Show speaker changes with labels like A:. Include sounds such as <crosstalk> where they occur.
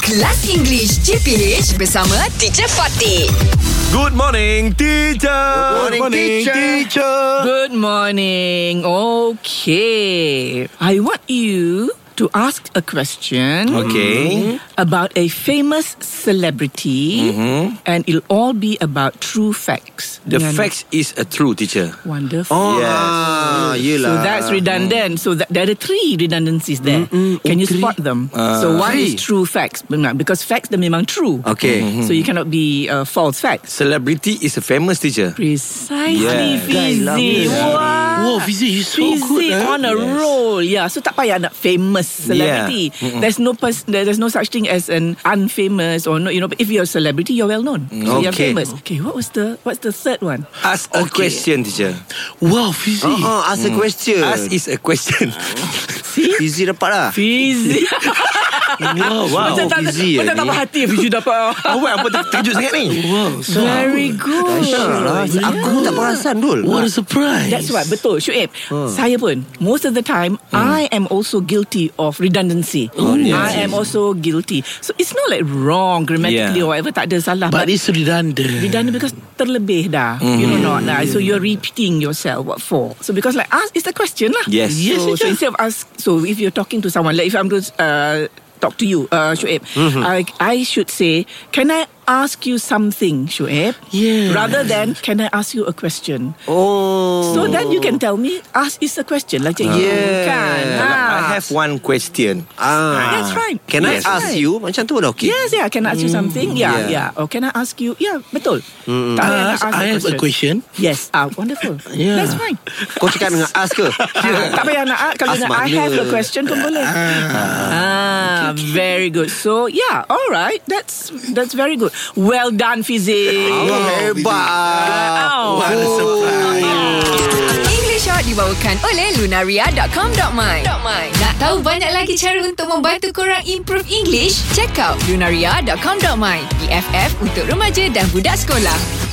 A: Kelas English CPH bersama Teacher Fatih.
B: Good morning, teacher. Good
C: morning,
B: teacher.
C: Good morning. Okay. I want you to ask a question. Mm-hmm.
B: Okay.
C: About a famous celebrity, and it'll all be about true facts.
D: Mm-hmm. The Oh,
C: Dengan-
D: facts is a true teacher.
C: Wonderful.
B: Ah,
C: So that's redundant. So that, there are three redundancies there.
D: oh,
C: Can you spot them?
D: Uh,
C: so what is true facts? Benar, Because facts dia memang true.
D: Okay.
C: So you cannot be uh, false facts.
D: Celebrity is a famous teacher.
C: Precisely,
D: Yeah.
C: Fizi. Wah.
E: Wow, Fizik, he's so
C: Busy
E: good. Eh?
C: on a roll. Yeah, so tak payah nak famous celebrity. There's no pers- there- there's no such thing as an unfamous or no. You know, but if you're a celebrity, you're well known. So you're
D: Okay.
C: famous. Okay, what was the what's the third one?
D: Ask a question, teacher.
E: Wow, Fizik.
B: Oh, ask
C: Mm.
B: a question.
D: Ask is a question.
B: <laughs> Easy dapat lah.
C: Busy.
E: Wow,
C: <laughs>
E: wow.
C: Macam tak
B: busy eh,
C: macam tak berhati if you dapat.
D: Awak Oh, apa ter- terkejut sangat ni?
E: Wow, so
C: Very good.
B: Ah, Aku tak perasan dul.
E: what a surprise.
C: That's right Betul Syuib Saya pun Most of the time I am also guilty Of redundancy I am also guilty So it's not like wrong Grammatically
D: Yeah.
C: or whatever Tak ada salah
E: But it's redundant.
C: redundant because terlebih dah You know not lah So you're repeating yourself What for So because like ask It's the question lah
D: Yes.
E: Yes,
C: So,
E: yes,
C: so
E: yes.
C: instead of ask So if you're talking to someone Like if I'm going to uh, Talk to you uh, Shoaib I, I should say Can I ask you something Shoaib
E: Yeah.
C: Rather than Can I ask you a question
B: Oh.
C: So then you can tell me, ask is a question. Like, yeah. Kan?
D: I have one question.
B: Ah.
C: That's right.
B: Can I
C: That's
B: ask
C: right.
B: you? Macam tu dah okay.
C: Yes, yeah, can I ask you something? Yeah, yeah. Or can I ask you? Yeah, betul. Tak payah nak
E: Ask,
C: ask
E: Uh, I have a question.
C: Yes, ah, wonderful.
E: Yeah.
C: That's fine.
B: Kau cakap dengan ask ke?
C: <laughs> Ah, tak payah nak ah, Kalau
B: Ask
C: nak I
B: mana?
C: have a question pun boleh Ah, Very good So yeah Alright That's that's very good Well done Fizik
B: Oh, hebat.
C: Wow.
E: What a surprise.
A: English Hot dibawakan oleh Lunaria.com.my Nak tahu banyak lagi cara untuk membantu korang improve English? Check out Lunaria.com.my BFF untuk remaja dan budak sekolah